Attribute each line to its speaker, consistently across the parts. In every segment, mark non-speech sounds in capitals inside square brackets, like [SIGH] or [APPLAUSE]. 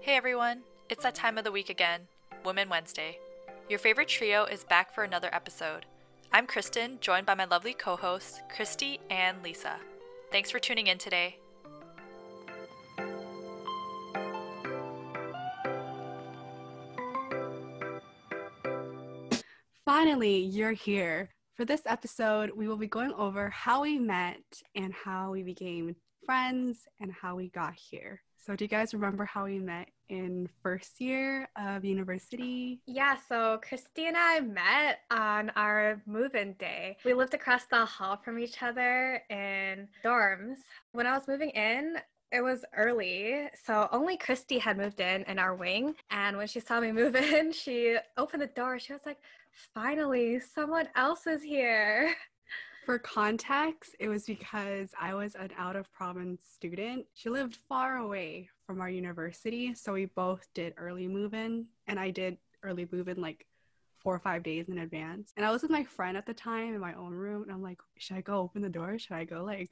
Speaker 1: Hey everyone, it's that time of the week again, Women Wednesday. Your favorite trio is back for another episode. I'm Kristen, joined by my lovely co hosts, Christy and Lisa. Thanks for tuning in today.
Speaker 2: Finally, you're here. For this episode, we will be going over how we met and how we became friends and how we got here. So, do you guys remember how we met in first year of university?
Speaker 3: Yeah, so Christy and I met on our move in day. We lived across the hall from each other in dorms. When I was moving in, it was early, so only Christy had moved in in our wing. And when she saw me [LAUGHS] move in, she opened the door. She was like, finally, someone else is here.
Speaker 2: For context, it was because I was an out of province student. She lived far away from our university, so we both did early move in, and I did early move in like four or five days in advance. And I was with my friend at the time in my own room, and I'm like, should I go open the door? Should I go like,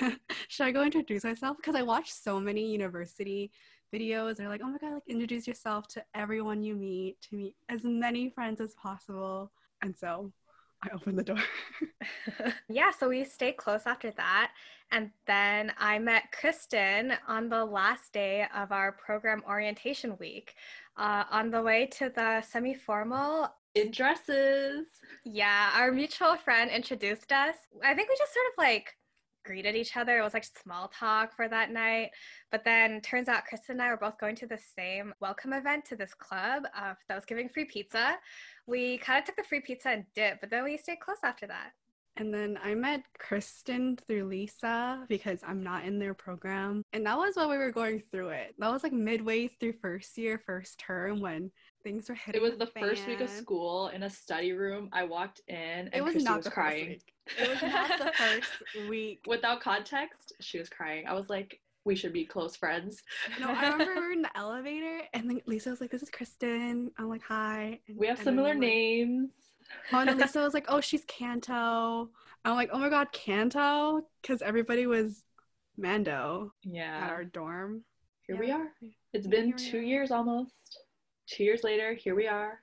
Speaker 2: [LAUGHS] should I go introduce myself? Because I watched so many university videos. They're like, oh my god, like introduce yourself to everyone you meet, to meet as many friends as possible. And so I opened the door. [LAUGHS]
Speaker 4: [LAUGHS]
Speaker 3: yeah, so we stayed close after that. And then I met Kristen on the last day of our program orientation week uh, on the way to the semi formal.
Speaker 4: in dresses.
Speaker 3: Yeah, our mutual friend introduced us. I think we just sort of like greeted each other. It was like small talk for that night. But then turns out Kristen and I were both going to the same welcome event to this club uh, that was giving free pizza. We kind of took the free pizza and dipped, but then we stayed close after that.
Speaker 2: And then I met Kristen through Lisa because I'm not in their program. And that was while we were going through it. That was like midway through first year, first term when things were hitting.
Speaker 4: It was the first week of
Speaker 2: fan.
Speaker 4: school in a study room. I walked in and
Speaker 2: It was
Speaker 4: Christy
Speaker 2: not
Speaker 4: was
Speaker 2: the
Speaker 4: crying.
Speaker 2: first week. It was not the
Speaker 4: [LAUGHS]
Speaker 2: first week.
Speaker 4: Without context, she was crying. I was like, we should be close friends.
Speaker 2: No, I remember we were in the elevator and then Lisa was like, This is Kristen. I'm like, Hi. And,
Speaker 4: We have
Speaker 2: and then
Speaker 4: similar
Speaker 2: I'm like-
Speaker 4: names.
Speaker 2: Oh, and
Speaker 4: [LAUGHS]
Speaker 2: then Lisa was like, Oh, she's Kanto. I'm like, Oh my God, Kanto? Because everybody was Mando at
Speaker 4: Yeah.
Speaker 2: our dorm.
Speaker 4: Here we
Speaker 2: yeah.
Speaker 4: are. It's
Speaker 2: Yeah,
Speaker 4: been
Speaker 2: here we
Speaker 4: two
Speaker 2: are.
Speaker 4: years almost. Two years later, here we are.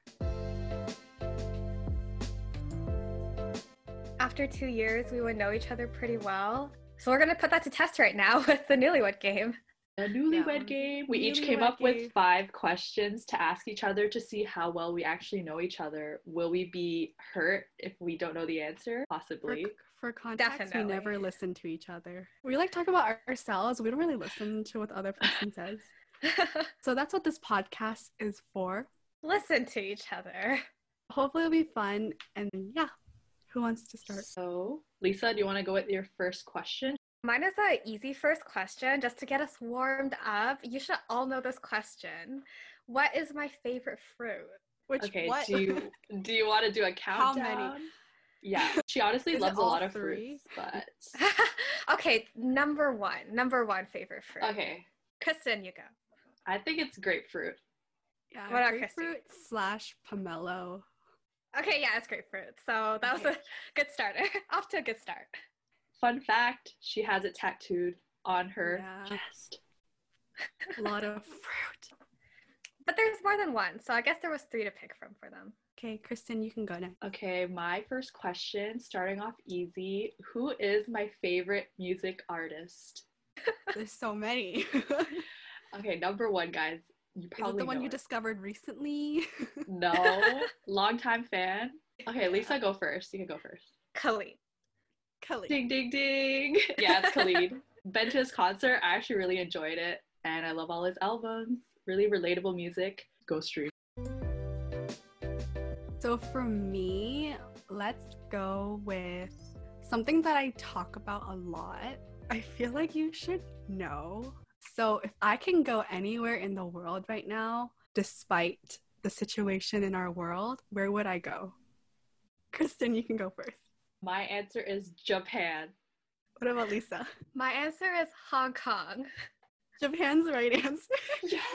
Speaker 3: After two years, we would know each other pretty well. So we're going to put that to test right now [LAUGHS] with the newlywed game. [LAUGHS]
Speaker 4: A newlywed
Speaker 2: Yeah.
Speaker 4: game. We each came
Speaker 2: Newlywed
Speaker 4: up
Speaker 2: game.
Speaker 4: with five questions to ask each other to see how well we actually know each other. Will we be hurt if we don't know the answer?
Speaker 2: For,
Speaker 4: Possibly.
Speaker 2: for context, we
Speaker 3: Definitely.
Speaker 2: never listen to each other. We like talk about our- ourselves. We don't really listen to what the other
Speaker 4: [LAUGHS]
Speaker 2: person says. So that's what this podcast is for.
Speaker 3: Listen to each other.
Speaker 2: Hopefully, it'll be fun. And yeah, who wants to start?
Speaker 4: So, Lisa, do you want to go with your first question?
Speaker 3: Mine is an easy first question just to get us warmed up. You should all know this question. What is my favorite fruit? [LAUGHS]
Speaker 2: Which
Speaker 4: Okay,
Speaker 2: what?
Speaker 4: do
Speaker 2: [LAUGHS]
Speaker 4: you do you want to do a
Speaker 2: How
Speaker 4: countdown?
Speaker 2: many?
Speaker 4: Yeah, she honestly
Speaker 2: [LAUGHS] Is it
Speaker 4: loves a
Speaker 2: all
Speaker 4: lot of
Speaker 2: three?
Speaker 4: fruits, but
Speaker 2: [LAUGHS]
Speaker 3: okay, number one. Number one favorite fruit.
Speaker 4: okay.
Speaker 3: Kristen, you go.
Speaker 4: I think it's grapefruit.
Speaker 2: yeah,
Speaker 3: What about Christy?
Speaker 2: grapefruit slash pomelo.
Speaker 3: Okay, yeah, it's grapefruit. So that was a
Speaker 2: Okay.
Speaker 3: good starter. [LAUGHS] Off to a good start.
Speaker 4: Fun fact: she has it tattooed on her
Speaker 2: Yeah.
Speaker 4: chest.
Speaker 2: A
Speaker 4: [LAUGHS]
Speaker 2: lot of fruit.
Speaker 3: But there's more than one, so I guess there was three to pick from for them.
Speaker 2: Okay, Kristen, you can go next.
Speaker 4: Okay, my first question, starting off easy: Who is my favorite music artist?
Speaker 2: There's so [LAUGHS] many.
Speaker 4: Okay, number one, guys. You
Speaker 2: Is it
Speaker 4: probably
Speaker 2: the one
Speaker 4: know
Speaker 2: you
Speaker 4: it.
Speaker 2: discovered recently? [LAUGHS]
Speaker 4: no longtime fan. Okay, Lisa, go first. You can go first.
Speaker 3: Khalid.
Speaker 2: Kelly.
Speaker 4: Ding ding ding. [LAUGHS] Yeah, it's
Speaker 2: [LAUGHS]
Speaker 4: Khalid. Been to his concert. I actually really enjoyed it, and I love all his albums. Really relatable music. Go stream.
Speaker 2: So for me, let's go with something that I talk about a lot. I feel like you should know. So if I can go anywhere in the world right now, despite the situation in our world, where would I go? Kristen, you can go first.
Speaker 4: My answer is Japan.
Speaker 2: [LAUGHS] What
Speaker 4: [LAUGHS]
Speaker 2: about Lisa?
Speaker 3: My answer is Hong Kong.
Speaker 2: Japan's the right answer.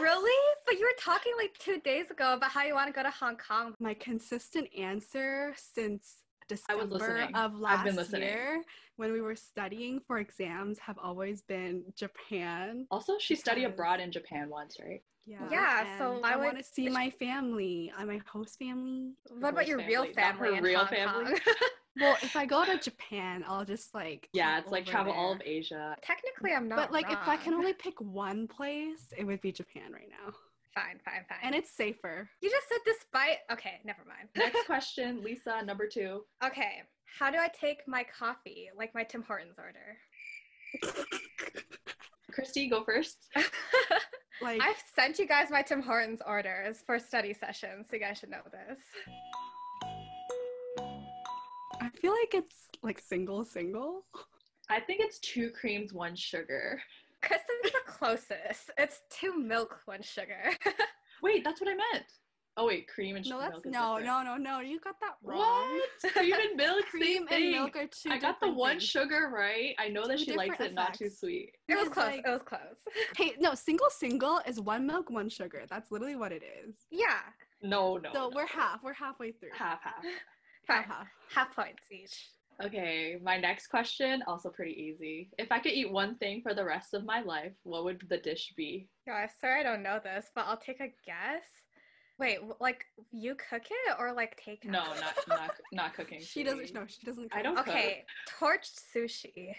Speaker 3: Really? But you were talking like two days ago about how you want to go to Hong Kong.
Speaker 2: my consistent answer since December
Speaker 4: I was listening.
Speaker 2: of
Speaker 4: I've been
Speaker 2: last
Speaker 4: listening.
Speaker 2: year when we were studying for exams have always been Japan.
Speaker 4: Also, she studied
Speaker 2: Because-
Speaker 4: abroad in Japan once, right?
Speaker 2: Yeah.
Speaker 3: Yeah, so
Speaker 2: and
Speaker 3: I
Speaker 2: I
Speaker 3: would-
Speaker 2: want to see my family, uh, my host family.
Speaker 3: What about
Speaker 4: Host
Speaker 3: your real
Speaker 4: family, not her
Speaker 3: family? in
Speaker 4: real
Speaker 3: Hong
Speaker 4: family.
Speaker 3: Kong? [LAUGHS]
Speaker 2: Well, if I go to Japan, I'll just like
Speaker 4: Yeah,
Speaker 2: hop
Speaker 4: it's like
Speaker 2: over
Speaker 4: travel all of
Speaker 2: there.
Speaker 4: Asia.
Speaker 3: Technically, I'm not.
Speaker 2: But like if I can
Speaker 3: wrong.
Speaker 2: only pick one place, it would be Japan right now.
Speaker 3: Fine, fine, fine.
Speaker 2: And it's safer.
Speaker 3: you just said despite. Okay, never mind.
Speaker 4: Next question, Lisa, number two.
Speaker 3: Okay, how do I take my coffee, like my Tim Hortons
Speaker 2: [LAUGHS]
Speaker 3: order?
Speaker 4: Christy, go first.
Speaker 2: Like
Speaker 3: I've sent you guys my Tim Hortons orders for study sessions, so you guys should know this.
Speaker 2: I feel like it's like single single.
Speaker 4: I think it's two creams, one sugar.
Speaker 3: Kristen's the closest. It's two milk, one sugar.
Speaker 4: Wait, that's what I meant. Oh wait, cream and
Speaker 2: No,
Speaker 4: sugar.
Speaker 2: that's no, no, no, no. You got that wrong.
Speaker 4: What? [LAUGHS] Cream and milk.
Speaker 2: Cream
Speaker 4: same
Speaker 2: and
Speaker 4: thing.
Speaker 2: milk are two.
Speaker 4: I got the
Speaker 2: different
Speaker 4: one
Speaker 2: things.
Speaker 4: sugar right. I know that
Speaker 2: Two
Speaker 4: she likes
Speaker 2: different
Speaker 4: it not too
Speaker 2: effects.
Speaker 4: sweet.
Speaker 3: It was
Speaker 2: It's
Speaker 3: close.
Speaker 2: like-
Speaker 3: It was close.
Speaker 2: Hey, no, single single is one milk, one sugar. That's literally what it is.
Speaker 3: Yeah,
Speaker 4: No, no.
Speaker 2: so
Speaker 4: no.
Speaker 2: we're half. We're halfway through.
Speaker 4: half half.
Speaker 3: fine.
Speaker 2: half. half.
Speaker 3: Half points each.
Speaker 4: Okay, my next question also pretty easy. If I could eat one thing for the rest of my life, what would the dish be?
Speaker 3: No, I'm sorry I don't know this, but I'll take a guess. Wait, w- like you cook it or like take
Speaker 4: No,
Speaker 3: out?
Speaker 4: not not
Speaker 2: [LAUGHS]
Speaker 4: not cooking.
Speaker 2: She
Speaker 4: food.
Speaker 2: doesn't. No, she doesn't.
Speaker 4: I don't-
Speaker 3: [LAUGHS] Okay, torched sushi.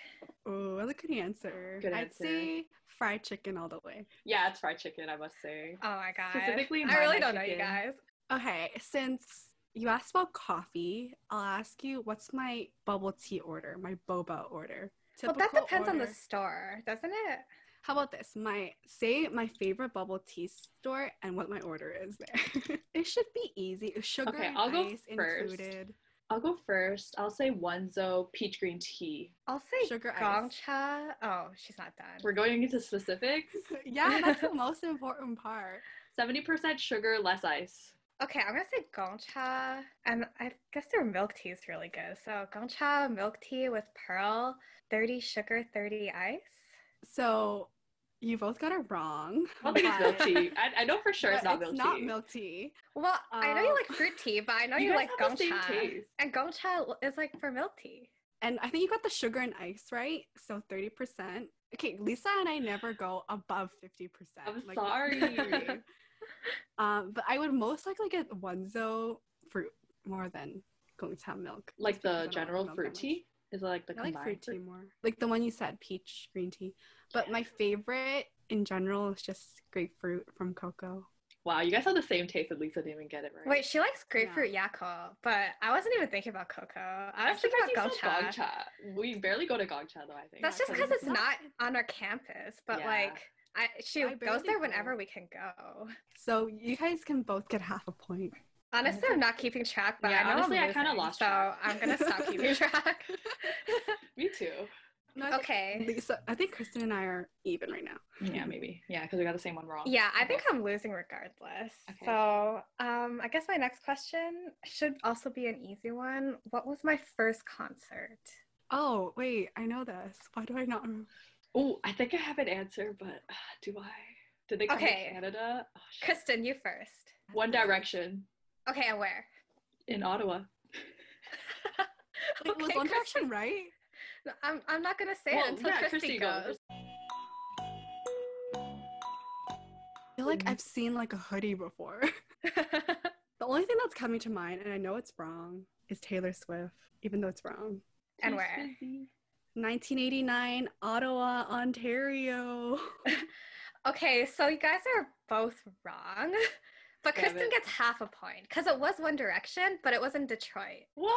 Speaker 2: Oh, that's a good answer.
Speaker 4: Good
Speaker 2: I'd
Speaker 4: answer.
Speaker 2: say fried chicken all the way.
Speaker 4: Yeah, it's fried chicken. I must say.
Speaker 3: Oh my god.
Speaker 4: Specifically
Speaker 3: I really
Speaker 4: my
Speaker 3: don't know you
Speaker 4: chicken.
Speaker 3: guys.
Speaker 2: Okay, since you asked about coffee, I'll ask you what's my bubble tea order, my boba order.
Speaker 3: Well, that
Speaker 2: Typical
Speaker 3: depends on the
Speaker 2: order.
Speaker 3: store, doesn't it?
Speaker 2: How about this? My say my favorite bubble tea store and what my order is there. [LAUGHS] it should be easy. Sugar
Speaker 4: Okay,
Speaker 2: and
Speaker 4: I'll go
Speaker 2: ice
Speaker 4: first.
Speaker 2: included.
Speaker 4: I'll go first. I'll say Onzo peach green tea.
Speaker 3: I'll say
Speaker 2: Sugar ice.
Speaker 3: gongcha. Oh, she's not done.
Speaker 4: We're going into specifics.
Speaker 2: [LAUGHS] yeah, that's the most important part.
Speaker 4: Seventy percent sugar, less ice.
Speaker 3: Okay, I'm gonna say gongcha, and I guess their milk tea is really good. So gongcha milk tea with pearl, thirty sugar, thirty ice.
Speaker 2: So you both got it wrong.
Speaker 4: I don't think it's milk
Speaker 2: but- [LAUGHS]
Speaker 4: tea. I, I know for sure it's
Speaker 2: but
Speaker 4: not milk tea.
Speaker 2: milk tea.
Speaker 3: Well, I know you
Speaker 2: Oh.
Speaker 3: like fruit tea, but I know
Speaker 4: Um, You
Speaker 3: you,
Speaker 4: guys
Speaker 3: like
Speaker 4: have the same
Speaker 3: gongcha,
Speaker 4: taste.
Speaker 3: and gongcha is like for milk tea.
Speaker 2: And I think you got the sugar and ice right. So 30%. Okay, Lisa and I never go above 50%.
Speaker 4: I'm
Speaker 2: Like,
Speaker 4: sorry.
Speaker 2: [LAUGHS] um, but I would most likely get Onzo fruit more than Gongcha milk.
Speaker 4: like
Speaker 2: just because I
Speaker 4: the
Speaker 2: don't
Speaker 4: general
Speaker 2: milk that
Speaker 4: fruit
Speaker 2: much.
Speaker 4: tea is it like the
Speaker 2: I like
Speaker 4: combined
Speaker 2: fruit tea more. Like the one you said, peach green tea. But my favorite in general is just grapefruit from Coco.
Speaker 4: Wow, you guys have the same taste. At least I didn't even get it right.
Speaker 3: Wait, she likes grapefruit yakko, but I wasn't even thinking about cocoa. I
Speaker 4: I
Speaker 3: was
Speaker 4: think
Speaker 3: thinking about
Speaker 4: you said
Speaker 3: gongcha.
Speaker 4: Gongcha. We barely go to Gongcha though. I think
Speaker 3: That's just
Speaker 2: Yeah,
Speaker 3: because
Speaker 2: 'cause
Speaker 3: it's
Speaker 2: it's
Speaker 3: not
Speaker 2: not-
Speaker 3: on our campus, but
Speaker 4: Yeah.
Speaker 3: like. I, she
Speaker 2: I
Speaker 3: goes
Speaker 2: barely
Speaker 3: there
Speaker 2: go.
Speaker 3: whenever we can go.
Speaker 2: So you guys can both get half a point.
Speaker 3: Honestly, I'm not keeping track, but
Speaker 4: Yeah,
Speaker 3: I know
Speaker 4: honestly,
Speaker 3: I'm
Speaker 4: I kinda
Speaker 3: losing,
Speaker 4: lost
Speaker 3: so
Speaker 4: track.
Speaker 3: I'm gonna stop
Speaker 4: [LAUGHS]
Speaker 3: keeping track. [LAUGHS]
Speaker 4: me too.
Speaker 2: No, I think
Speaker 3: okay.
Speaker 2: Lisa, I think Kristen and I are even right now.
Speaker 4: Yeah, maybe. Yeah, because we got the same one wrong.
Speaker 3: Yeah, I
Speaker 4: Okay.
Speaker 3: think I'm losing regardless.
Speaker 4: Okay.
Speaker 3: So, um, I guess my next question should also be an easy one. What was my first concert?
Speaker 2: Oh, wait, I know this. Why do I not remember?
Speaker 4: Oh, I think I have an answer, but uh, do I? Did they come
Speaker 3: Okay.
Speaker 4: to Canada? Oh, shit.
Speaker 3: Kristen, you first.
Speaker 4: One Direction
Speaker 3: Okay, and where? [LAUGHS]
Speaker 4: in Ottawa.
Speaker 2: Wait, was
Speaker 3: Okay,
Speaker 2: One
Speaker 3: Kristen.
Speaker 2: Direction right?
Speaker 3: No, I'm, I'm not gonna say
Speaker 4: Well,
Speaker 3: it until
Speaker 4: yeah,
Speaker 3: Christy
Speaker 4: Christy
Speaker 3: goes.
Speaker 4: goes.
Speaker 2: I feel like
Speaker 4: Mhm.
Speaker 2: I've seen like a hoodie before. [LAUGHS] the only thing that's coming to mind, and I know it's wrong, is Taylor Swift, even though it's wrong.
Speaker 3: And where?
Speaker 2: 1989, Ottawa, Ontario.
Speaker 3: [LAUGHS]
Speaker 2: [LAUGHS]
Speaker 3: Okay, so you guys are both wrong, [LAUGHS] but
Speaker 4: Damn
Speaker 3: Kristen
Speaker 4: it.
Speaker 3: gets half a point because it was One Direction, but it was in Detroit.
Speaker 4: What?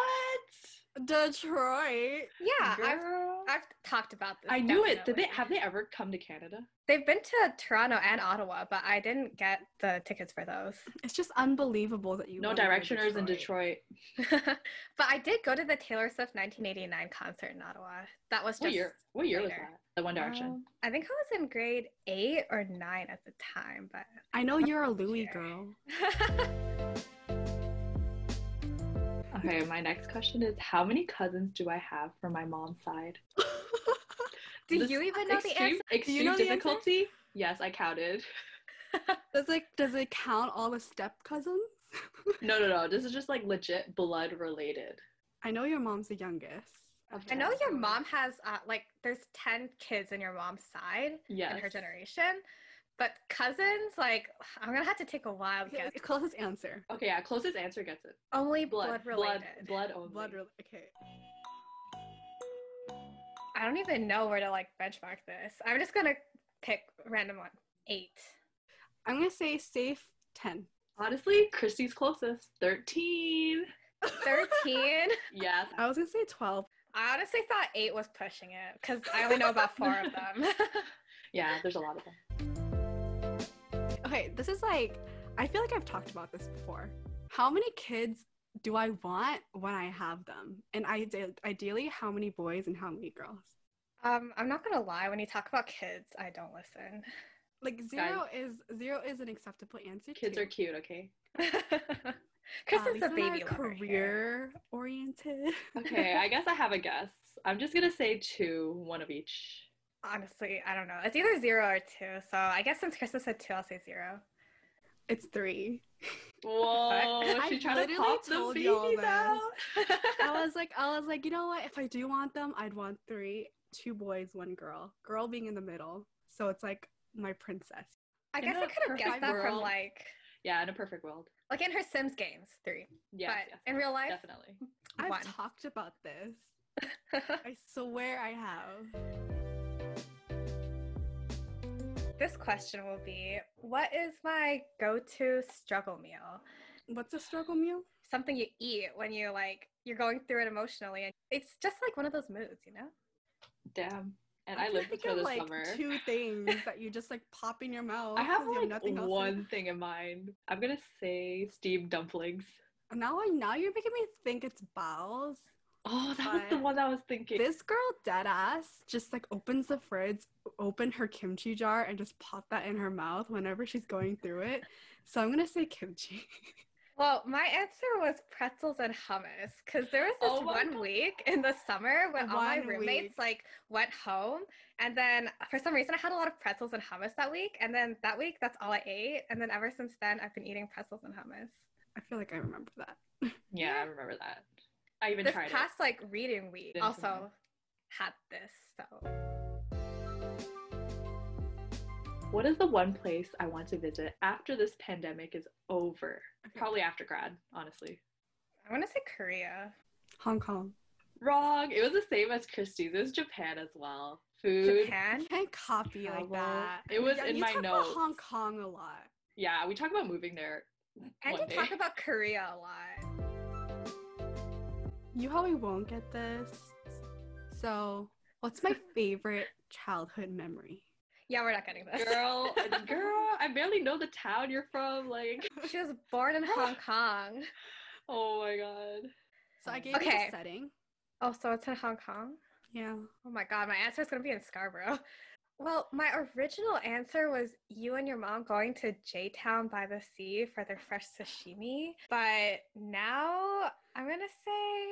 Speaker 2: Detroit.
Speaker 3: Yeah, I've,
Speaker 4: Girl.
Speaker 3: I've talked about this.
Speaker 4: I knew it. Did
Speaker 3: definitely.
Speaker 4: they have they ever come to Canada?
Speaker 3: They've been to Toronto and Ottawa, but I didn't get the tickets for those. [LAUGHS]
Speaker 2: It's just unbelievable that you.
Speaker 4: No
Speaker 2: wouldn't go to
Speaker 4: Directioners in Detroit.
Speaker 3: but I did go to the Taylor Swift 1989 concert in Ottawa. That was just.
Speaker 4: What year? What year was
Speaker 3: later.
Speaker 4: that? The One Direction.
Speaker 3: Um, I think I was in grade eight or nine at the time, but [LAUGHS]
Speaker 4: [LAUGHS]
Speaker 2: I know you're a Louis
Speaker 3: Sure.
Speaker 2: girl. [LAUGHS]
Speaker 4: Okay, my next question is how many cousins do I have from my mom's side?
Speaker 3: do
Speaker 4: This
Speaker 3: you even know the
Speaker 4: extreme-
Speaker 3: answer?
Speaker 4: Extreme
Speaker 2: know the answer?
Speaker 4: difficulty? Yes, I counted. [LAUGHS]
Speaker 2: Does it does it count all the step cousins? [LAUGHS]
Speaker 4: No, no, no. This is just like legit blood related.
Speaker 2: I know your mom's the youngest.
Speaker 4: Of
Speaker 3: I know
Speaker 4: Yes.
Speaker 3: your mom has uh, like there's 10 kids in your mom's side
Speaker 4: Yes.
Speaker 3: in her generation. But cousins, like I'm gonna have to take a wild
Speaker 2: Okay, [LAUGHS]
Speaker 3: guess.
Speaker 2: closest answer.
Speaker 4: Okay, yeah, closest answer gets it.
Speaker 3: Only
Speaker 4: Blood,
Speaker 3: blood, related.
Speaker 4: blood, blood only.
Speaker 2: Blood. rel- Okay.
Speaker 3: I don't even know where to like benchmark this. I'm just gonna pick random one. Eight.
Speaker 2: I'm gonna say safe ten.
Speaker 4: Honestly, Christy's closest. 13. [LAUGHS]
Speaker 3: 13.
Speaker 4: Yeah.
Speaker 2: [LAUGHS] I was gonna say twelve.
Speaker 3: I honestly thought eight was pushing it because I only know about four
Speaker 4: [LAUGHS]
Speaker 3: of them. [LAUGHS]
Speaker 4: Yeah, there's a lot of them.
Speaker 2: Okay, this is like I feel like I've talked about this before. How many kids do I want when I have them? And I ideally, how many boys and how many girls?
Speaker 3: um, I'm not gonna lie, when you talk about kids, I don't listen. [LAUGHS]
Speaker 2: Like zero is zero is an acceptable answer.
Speaker 4: Kids
Speaker 2: too.
Speaker 4: are cute, okay?
Speaker 3: Chris
Speaker 2: Uh,
Speaker 3: is
Speaker 2: Lisa and
Speaker 3: a
Speaker 2: I are
Speaker 3: baby lover here.
Speaker 2: career oriented.
Speaker 4: Okay, I guess I have a guess. I'm just gonna say two, one of each.
Speaker 3: Honestly, I don't know. It's either zero or two. So I guess since Krista said two, I'll say zero.
Speaker 2: [LAUGHS] It's three.
Speaker 4: Whoa,
Speaker 2: I
Speaker 4: she tried to
Speaker 2: literally
Speaker 4: pop the
Speaker 2: told y'all
Speaker 4: babies [LAUGHS]
Speaker 2: this.
Speaker 4: out.
Speaker 2: I was like, I was like, you know what? If I do want them, I'd want three, two boys, one girl. Girl being in the middle, so it's like my princess.
Speaker 3: I
Speaker 4: In
Speaker 3: guess I
Speaker 4: a
Speaker 3: could have
Speaker 4: perfect
Speaker 3: guessed that from
Speaker 4: world.
Speaker 3: like
Speaker 4: Yeah, in a perfect world.
Speaker 3: like in her Sims games, three.
Speaker 4: Yes,
Speaker 3: but
Speaker 4: yes,
Speaker 3: in real life,
Speaker 4: definitely.
Speaker 2: I've
Speaker 3: one.
Speaker 2: talked about this.
Speaker 3: [LAUGHS]
Speaker 2: I swear I have.
Speaker 3: this question will be what is my go-to struggle meal?
Speaker 2: What's a struggle meal?
Speaker 3: Something you eat when you like you're going through it emotionally and it's just like one of those moods, you know?
Speaker 4: Damn. And I,
Speaker 2: can
Speaker 4: lived this
Speaker 2: think
Speaker 4: for
Speaker 2: of,
Speaker 4: the
Speaker 2: like
Speaker 4: summer.
Speaker 2: two things that you just like pop in your mouth.
Speaker 4: I have
Speaker 2: 'cause you
Speaker 4: like
Speaker 2: else to-
Speaker 4: one thing in mind. I'm gonna say steamed dumplings.
Speaker 2: Now, I- now you're making me think it's bowels.
Speaker 4: Oh, that was the
Speaker 2: But
Speaker 4: one I was thinking.
Speaker 2: This girl, dead ass, just like opens the fridge, open her kimchi jar, and just pop that in her mouth whenever she's going through it. So I'm gonna say kimchi. [LAUGHS]
Speaker 3: Well, my answer was pretzels and hummus because there was this
Speaker 4: Oh
Speaker 3: one
Speaker 4: my God.
Speaker 3: week in the summer when all my
Speaker 2: One
Speaker 3: roommates
Speaker 2: week.
Speaker 3: like went home, and then uh, for some reason I had a lot of pretzels and hummus that week, and then that week that's all I ate, and then ever since then I've been eating pretzels and hummus.
Speaker 2: I feel like I remember that.
Speaker 4: yeah, I
Speaker 3: yeah.
Speaker 4: remember that. I even
Speaker 3: this
Speaker 4: tried
Speaker 3: past like reading week
Speaker 4: Didn't
Speaker 3: also
Speaker 4: remember.
Speaker 3: had this, so
Speaker 4: it. What is the one place I want to visit after this pandemic is over?
Speaker 2: Okay.
Speaker 4: Probably after grad, honestly.
Speaker 3: I want to say Korea.
Speaker 2: Hong Kong.
Speaker 4: Wrong. It was the same as Christie's. It was Japan as well. Food.
Speaker 2: You
Speaker 3: Japan.
Speaker 2: can't copy like
Speaker 4: travel.
Speaker 2: that.
Speaker 4: It was
Speaker 2: Yeah,
Speaker 4: in
Speaker 2: you
Speaker 4: my
Speaker 2: talk
Speaker 4: notes.
Speaker 2: About Hong Kong a lot.
Speaker 4: Yeah, we talk about moving there.
Speaker 3: And
Speaker 4: one
Speaker 3: you
Speaker 4: day.
Speaker 3: talk about Korea a lot.
Speaker 2: You probably won't get this. So, what's
Speaker 3: [LAUGHS]
Speaker 2: my favorite childhood memory?
Speaker 3: Yeah, we're not getting this.
Speaker 4: Girl, girl, I barely know the town you're from. Like,
Speaker 3: [LAUGHS] she was born in Hong Kong.
Speaker 4: oh my god.
Speaker 2: So I gave you
Speaker 3: Okay.
Speaker 2: the setting.
Speaker 3: Oh, so it's in Hong Kong.
Speaker 2: Yeah.
Speaker 3: Oh my god, my answer is gonna be in Scarborough. Well, my original answer was you and your mom going to J Town by the sea for their fresh sashimi. But now I'm gonna say,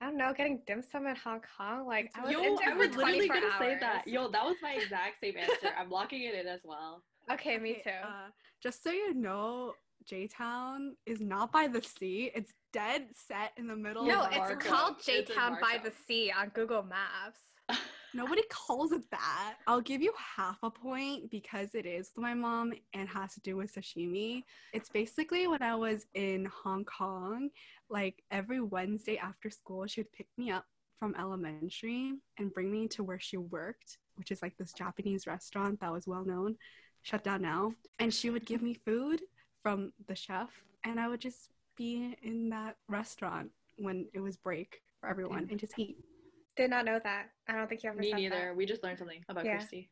Speaker 3: I don't know, getting dim sum in Hong Kong. Like, I was
Speaker 4: Yo,
Speaker 3: in there
Speaker 4: I
Speaker 3: for
Speaker 4: was literally
Speaker 3: 24
Speaker 4: gonna say that.
Speaker 3: hours.
Speaker 4: Yo, that was my exact same answer. I'm locking it in as
Speaker 3: [LAUGHS]
Speaker 4: well.
Speaker 3: Okay, me too.
Speaker 2: Uh, just so you know, J Town is not by the sea. It's dead set in the middle.
Speaker 3: no,
Speaker 2: of
Speaker 3: it's
Speaker 4: Marco.
Speaker 3: called
Speaker 4: It's in
Speaker 3: J Town by
Speaker 4: Marco.
Speaker 3: the sea on Google Maps.
Speaker 2: Nobody calls it that. I'll give you half a point because it is with my mom and has to do with sashimi. It's basically when I was in Hong Kong, like every Wednesday after school, she would pick me up from elementary and bring me to where she worked, which is like this Japanese restaurant that was well known, shut down now. And she would give me food from the chef, and I would just be in that restaurant when it was break for everyone and just eat.
Speaker 3: Did not know that. I don't think you ever
Speaker 4: Me
Speaker 3: said that.
Speaker 4: neither. We just learned something about
Speaker 3: Yeah.
Speaker 4: Christy.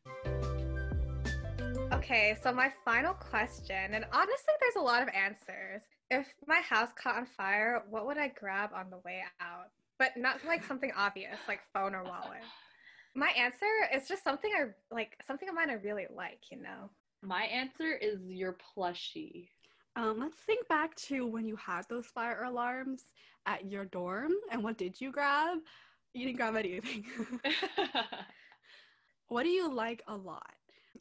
Speaker 3: Okay, so my final question, and honestly, there's a lot of answers. If my house caught on fire, what would I grab on the way out? But not
Speaker 4: [LAUGHS]
Speaker 3: like something obvious, like phone or wallet. My answer is just something I like, something of mine I really like, you know?
Speaker 4: My answer is your plushie.
Speaker 2: Um, let's think back to when you had those fire alarms at your dorm and what did you grab? You didn't grab anything. [LAUGHS] what do you like a lot?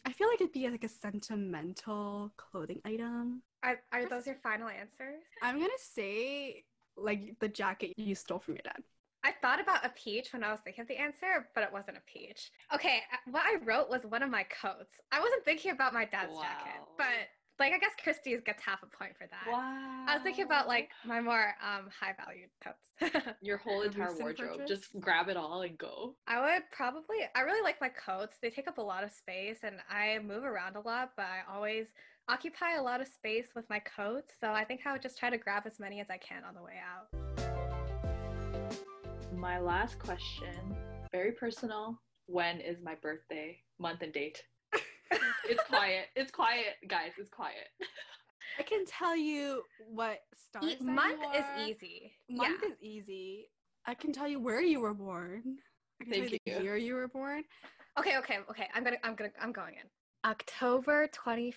Speaker 2: I feel like it'd be like a sentimental clothing item.
Speaker 3: Are, are
Speaker 2: Yes.
Speaker 3: those your final answers?
Speaker 2: I'm gonna say like the jacket you stole from your dad.
Speaker 3: I thought about a peach when I was thinking of the answer, but it wasn't a peach. Okay, uh, what I wrote was one of my coats. I wasn't thinking about my dad's jacket,
Speaker 4: Wow.
Speaker 3: but like I guess Christie's gets half a point for
Speaker 4: [LAUGHS]
Speaker 3: that.
Speaker 4: Wow.
Speaker 3: I was thinking about like my more um, high valued coats. [LAUGHS]
Speaker 4: your whole entire
Speaker 2: recent
Speaker 4: wardrobe.
Speaker 2: purchase?
Speaker 4: Just grab it all and go.
Speaker 3: I would probably, I really like my coats. They take up a lot of space and I move around a lot, but I always occupy a lot of space with my coats. So I think I would just try to grab as many as I can on the way out.
Speaker 4: My last question, very personal. When is my birthday? Month and date. it's quiet. It's quiet, guys. It's quiet.
Speaker 2: I can tell you what star
Speaker 3: E-
Speaker 2: sign
Speaker 3: month
Speaker 2: you are.
Speaker 3: is easy.
Speaker 2: Month is easy. I can tell you where you were born. I can
Speaker 4: Thank
Speaker 2: tell you the
Speaker 4: you.
Speaker 2: year you were born.
Speaker 3: Okay, okay, okay. I'm gonna, I'm gonna, I'm going in. October 21st.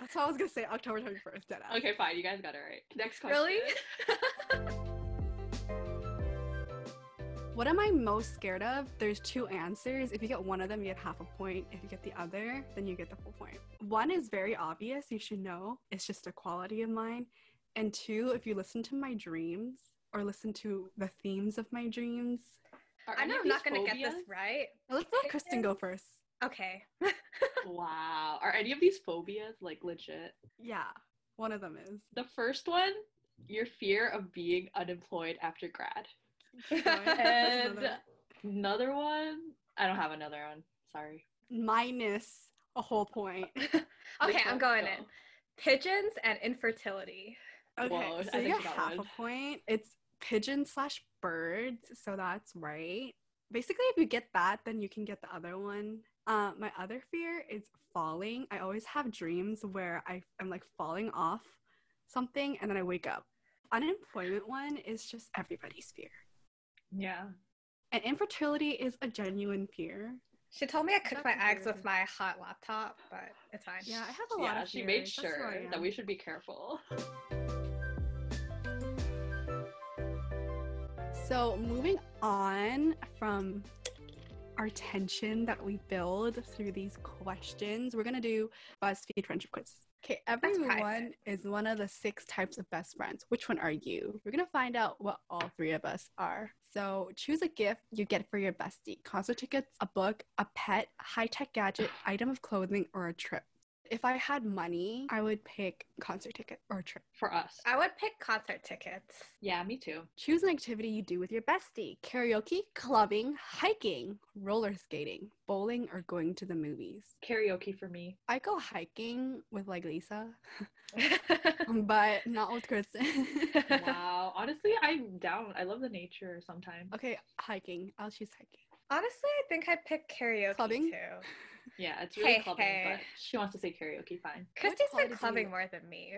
Speaker 2: That's what I was gonna say. October twenty first.
Speaker 4: Okay, fine. You guys got it right. Next question.
Speaker 3: Really?
Speaker 2: What am I most scared of? There's two answers. If you get one of them, you get half a point. If you get the other, then you get the full point. One is very obvious. You should know. It's just a quality of mine. And two, if you listen to my dreams or listen to the themes of my dreams.
Speaker 4: Are
Speaker 3: I
Speaker 4: any
Speaker 3: know
Speaker 4: of
Speaker 3: I'm not
Speaker 4: these
Speaker 3: gonna get this
Speaker 4: phobias-
Speaker 3: right.
Speaker 2: Let's let Kristen go first.
Speaker 3: [LAUGHS] Okay.
Speaker 4: [LAUGHS] Wow. Are any of these phobias like legit?
Speaker 2: Yeah, one of them is.
Speaker 4: [LAUGHS] The first one, your fear of being unemployed after grad.
Speaker 2: Keep going. That's
Speaker 4: And
Speaker 2: another-
Speaker 4: another one, I don't have another one. Sorry.
Speaker 2: minus a whole point.
Speaker 3: Okay,
Speaker 4: Let's
Speaker 3: I'm going
Speaker 4: go.
Speaker 3: in. Pigeons and infertility.
Speaker 2: Okay,
Speaker 4: Whoa, I
Speaker 2: so
Speaker 4: think
Speaker 2: you
Speaker 4: you
Speaker 2: got
Speaker 4: got
Speaker 2: half
Speaker 4: one.
Speaker 2: a point. It's pigeon slash birds, so that's right. Basically, if you get that, then you can get the other one. Uh, my other fear is falling. I always have dreams where I am like falling off something and then I wake up. Unemployment one is just everybody's fear.
Speaker 4: Yeah.
Speaker 2: And infertility is a genuine fear.
Speaker 3: She told me I
Speaker 2: That's
Speaker 3: cooked my eggs
Speaker 2: weird.
Speaker 3: with my hot laptop, but it's fine.
Speaker 2: Yeah, I have a lot
Speaker 4: yeah,
Speaker 2: of
Speaker 4: she made
Speaker 2: fears. That's who I
Speaker 4: sure that
Speaker 2: am.
Speaker 4: we should be careful. [LAUGHS]
Speaker 2: So, moving on from our tension that we build through these questions, we're going to do BuzzFeed friendship quiz. Okay, everyone
Speaker 3: private.
Speaker 2: is one of the six types of best friends. Which one are you? We're going to find out what all three of us are. So, choose a gift you get for your bestie concert tickets, a book, a pet, high tech gadget, item of clothing, or a trip. If I had money, I would pick concert ticket or a trip.
Speaker 4: For us.
Speaker 3: I would pick concert tickets.
Speaker 4: Yeah, me too.
Speaker 2: Choose an activity you do with your bestie karaoke, clubbing, hiking, roller skating, bowling, or going to the movies.
Speaker 4: Karaoke for me.
Speaker 2: I go hiking with like Lisa, [LAUGHS] but not
Speaker 4: [LAUGHS]
Speaker 2: with Kristen. [LAUGHS]
Speaker 4: wow. Honestly, I'm down. I love the nature sometimes.
Speaker 2: okay, hiking. I'll choose hiking.
Speaker 3: Honestly, I think I'd pick karaoke
Speaker 2: Clubbing?
Speaker 3: too.
Speaker 4: Yeah, it's really
Speaker 3: Hey,
Speaker 4: clubbing,
Speaker 3: hey.
Speaker 4: but she wants to say karaoke, fine.
Speaker 3: Christy's
Speaker 2: quality
Speaker 3: been
Speaker 2: do you
Speaker 3: clubbing
Speaker 2: like?
Speaker 3: more than me.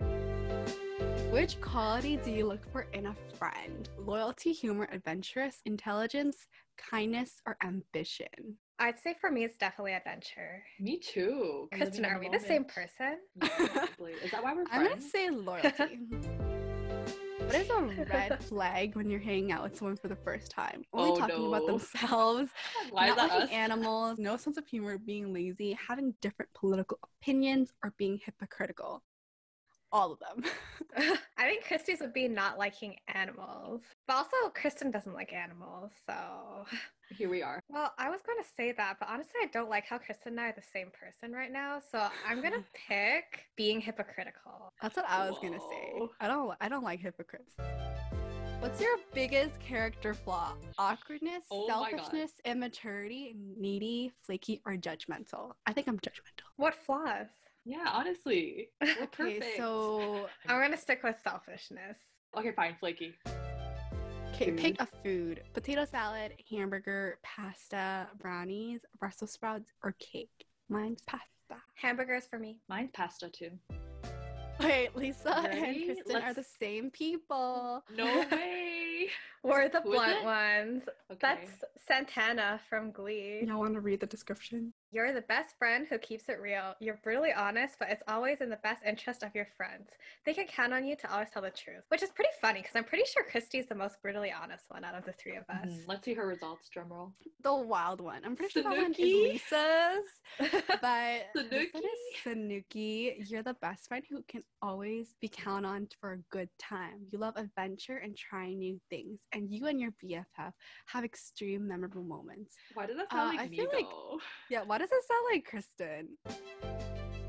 Speaker 2: Which quality do you look for in a friend? Loyalty, humor, adventurous, intelligence, kindness, or ambition?
Speaker 3: I'd say for me, it's definitely adventure.
Speaker 4: Me too. I'm
Speaker 3: Kristen,
Speaker 4: living in
Speaker 3: are we the same
Speaker 4: moment.
Speaker 3: person? [LAUGHS]
Speaker 4: Yeah, probably. Is that why we're
Speaker 2: [LAUGHS] I'm gonna
Speaker 4: friends? [LAUGHS]
Speaker 2: say loyalty. What is a red flag when you're hanging out with someone for the first time? Only
Speaker 4: Oh,
Speaker 2: talking about
Speaker 4: no.
Speaker 2: themselves,
Speaker 4: why is
Speaker 2: not
Speaker 4: that
Speaker 2: liking
Speaker 4: us? [LAUGHS]
Speaker 2: animals, no sense of humor, being lazy, having different political opinions, or being hypocritical. All of them. [LAUGHS]
Speaker 3: I think Christy's would be not liking animals. But also, Kristen doesn't like animals, so.
Speaker 4: Here we are.
Speaker 3: Well, I was going to say that, but honestly, I don't like how Kristen and I are the same person right now. So I'm going to pick being hypocritical.
Speaker 2: That's what I was gonna say.
Speaker 4: Whoa.
Speaker 2: I don't I don't like hypocrites. What's your biggest character flaw? Awkwardness,
Speaker 4: Oh my God.
Speaker 2: selfishness, immaturity, needy, flaky, or judgmental? I think I'm judgmental.
Speaker 3: What flaws?
Speaker 4: Yeah,
Speaker 2: [LAUGHS]
Speaker 4: honestly. We're perfect.
Speaker 2: Okay,
Speaker 4: [LAUGHS]
Speaker 2: so
Speaker 3: I'm going to stick with selfishness.
Speaker 4: Okay, fine, flaky.
Speaker 2: Okay,
Speaker 4: Food.
Speaker 2: pick a food. Potato salad, hamburger, pasta, brownies, Brussels sprouts, or cake. Mine's pasta.
Speaker 3: Hamburgers for me.
Speaker 4: Mine's pasta too.
Speaker 2: Wait, Lisa
Speaker 4: Ready?
Speaker 2: and Kristen are
Speaker 4: Let's-
Speaker 2: the same people. [LAUGHS]
Speaker 4: No way.
Speaker 3: We're the
Speaker 4: Who is
Speaker 3: blunt
Speaker 4: it?
Speaker 3: ones.
Speaker 4: Okay.
Speaker 3: That's Santana from Glee.
Speaker 2: Y'all want to read the description?
Speaker 3: You're the best friend who keeps it real. You're brutally honest, but it's always in the best interest of your friends. They can count on you to always tell the truth, which is pretty funny because I'm pretty sure Christy's the most brutally honest one out of the three of us.
Speaker 4: Mhm. Let's see her results, drumroll.
Speaker 2: The wild one. I'm pretty sure that one is
Speaker 4: Sanuki?
Speaker 2: Lisa's,
Speaker 4: [LAUGHS]
Speaker 2: but this one
Speaker 4: Sanuki?
Speaker 2: is Sanuki. You're the best friend who can always be counted on for a good time. You love adventure and trying new things, and you and your BFF have extreme memorable moments.
Speaker 4: Why does that sound
Speaker 2: Uh,
Speaker 4: like
Speaker 2: I
Speaker 4: me
Speaker 2: feel like-
Speaker 4: though?
Speaker 2: Yeah, why does it sound like Kristen?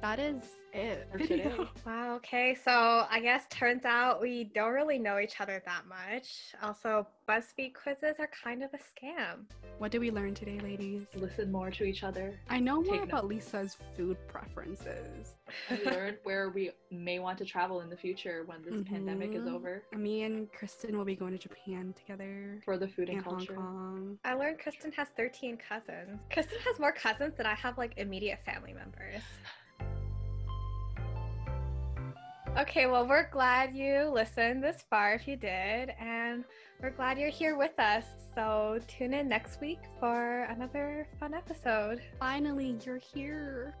Speaker 2: That is it.
Speaker 4: For
Speaker 2: Video.
Speaker 4: today.
Speaker 3: Wow, okay. So I guess turns out we don't really know each other that much. Also, BuzzFeed quizzes are kind of a scam.
Speaker 2: [LAUGHS] What did we learn today, ladies?
Speaker 4: Listen more to each other.
Speaker 2: I know more
Speaker 4: Take
Speaker 2: about Lisa's food preferences.
Speaker 4: [LAUGHS] We learned where we may want to travel in the future when this pandemic is
Speaker 2: Mhm.
Speaker 4: over
Speaker 2: Me and Kristen will be going to Japan together
Speaker 4: for the food and,
Speaker 2: and Hong
Speaker 4: culture.
Speaker 2: Kong.
Speaker 3: I learned Kristen has 13 cousins. Kristen has more cousins than I have like immediate family members. Okay, well, we're glad you listened this far if you did, and we're glad you're here with us. So tune in next week for another fun episode.
Speaker 2: Finally, you're here.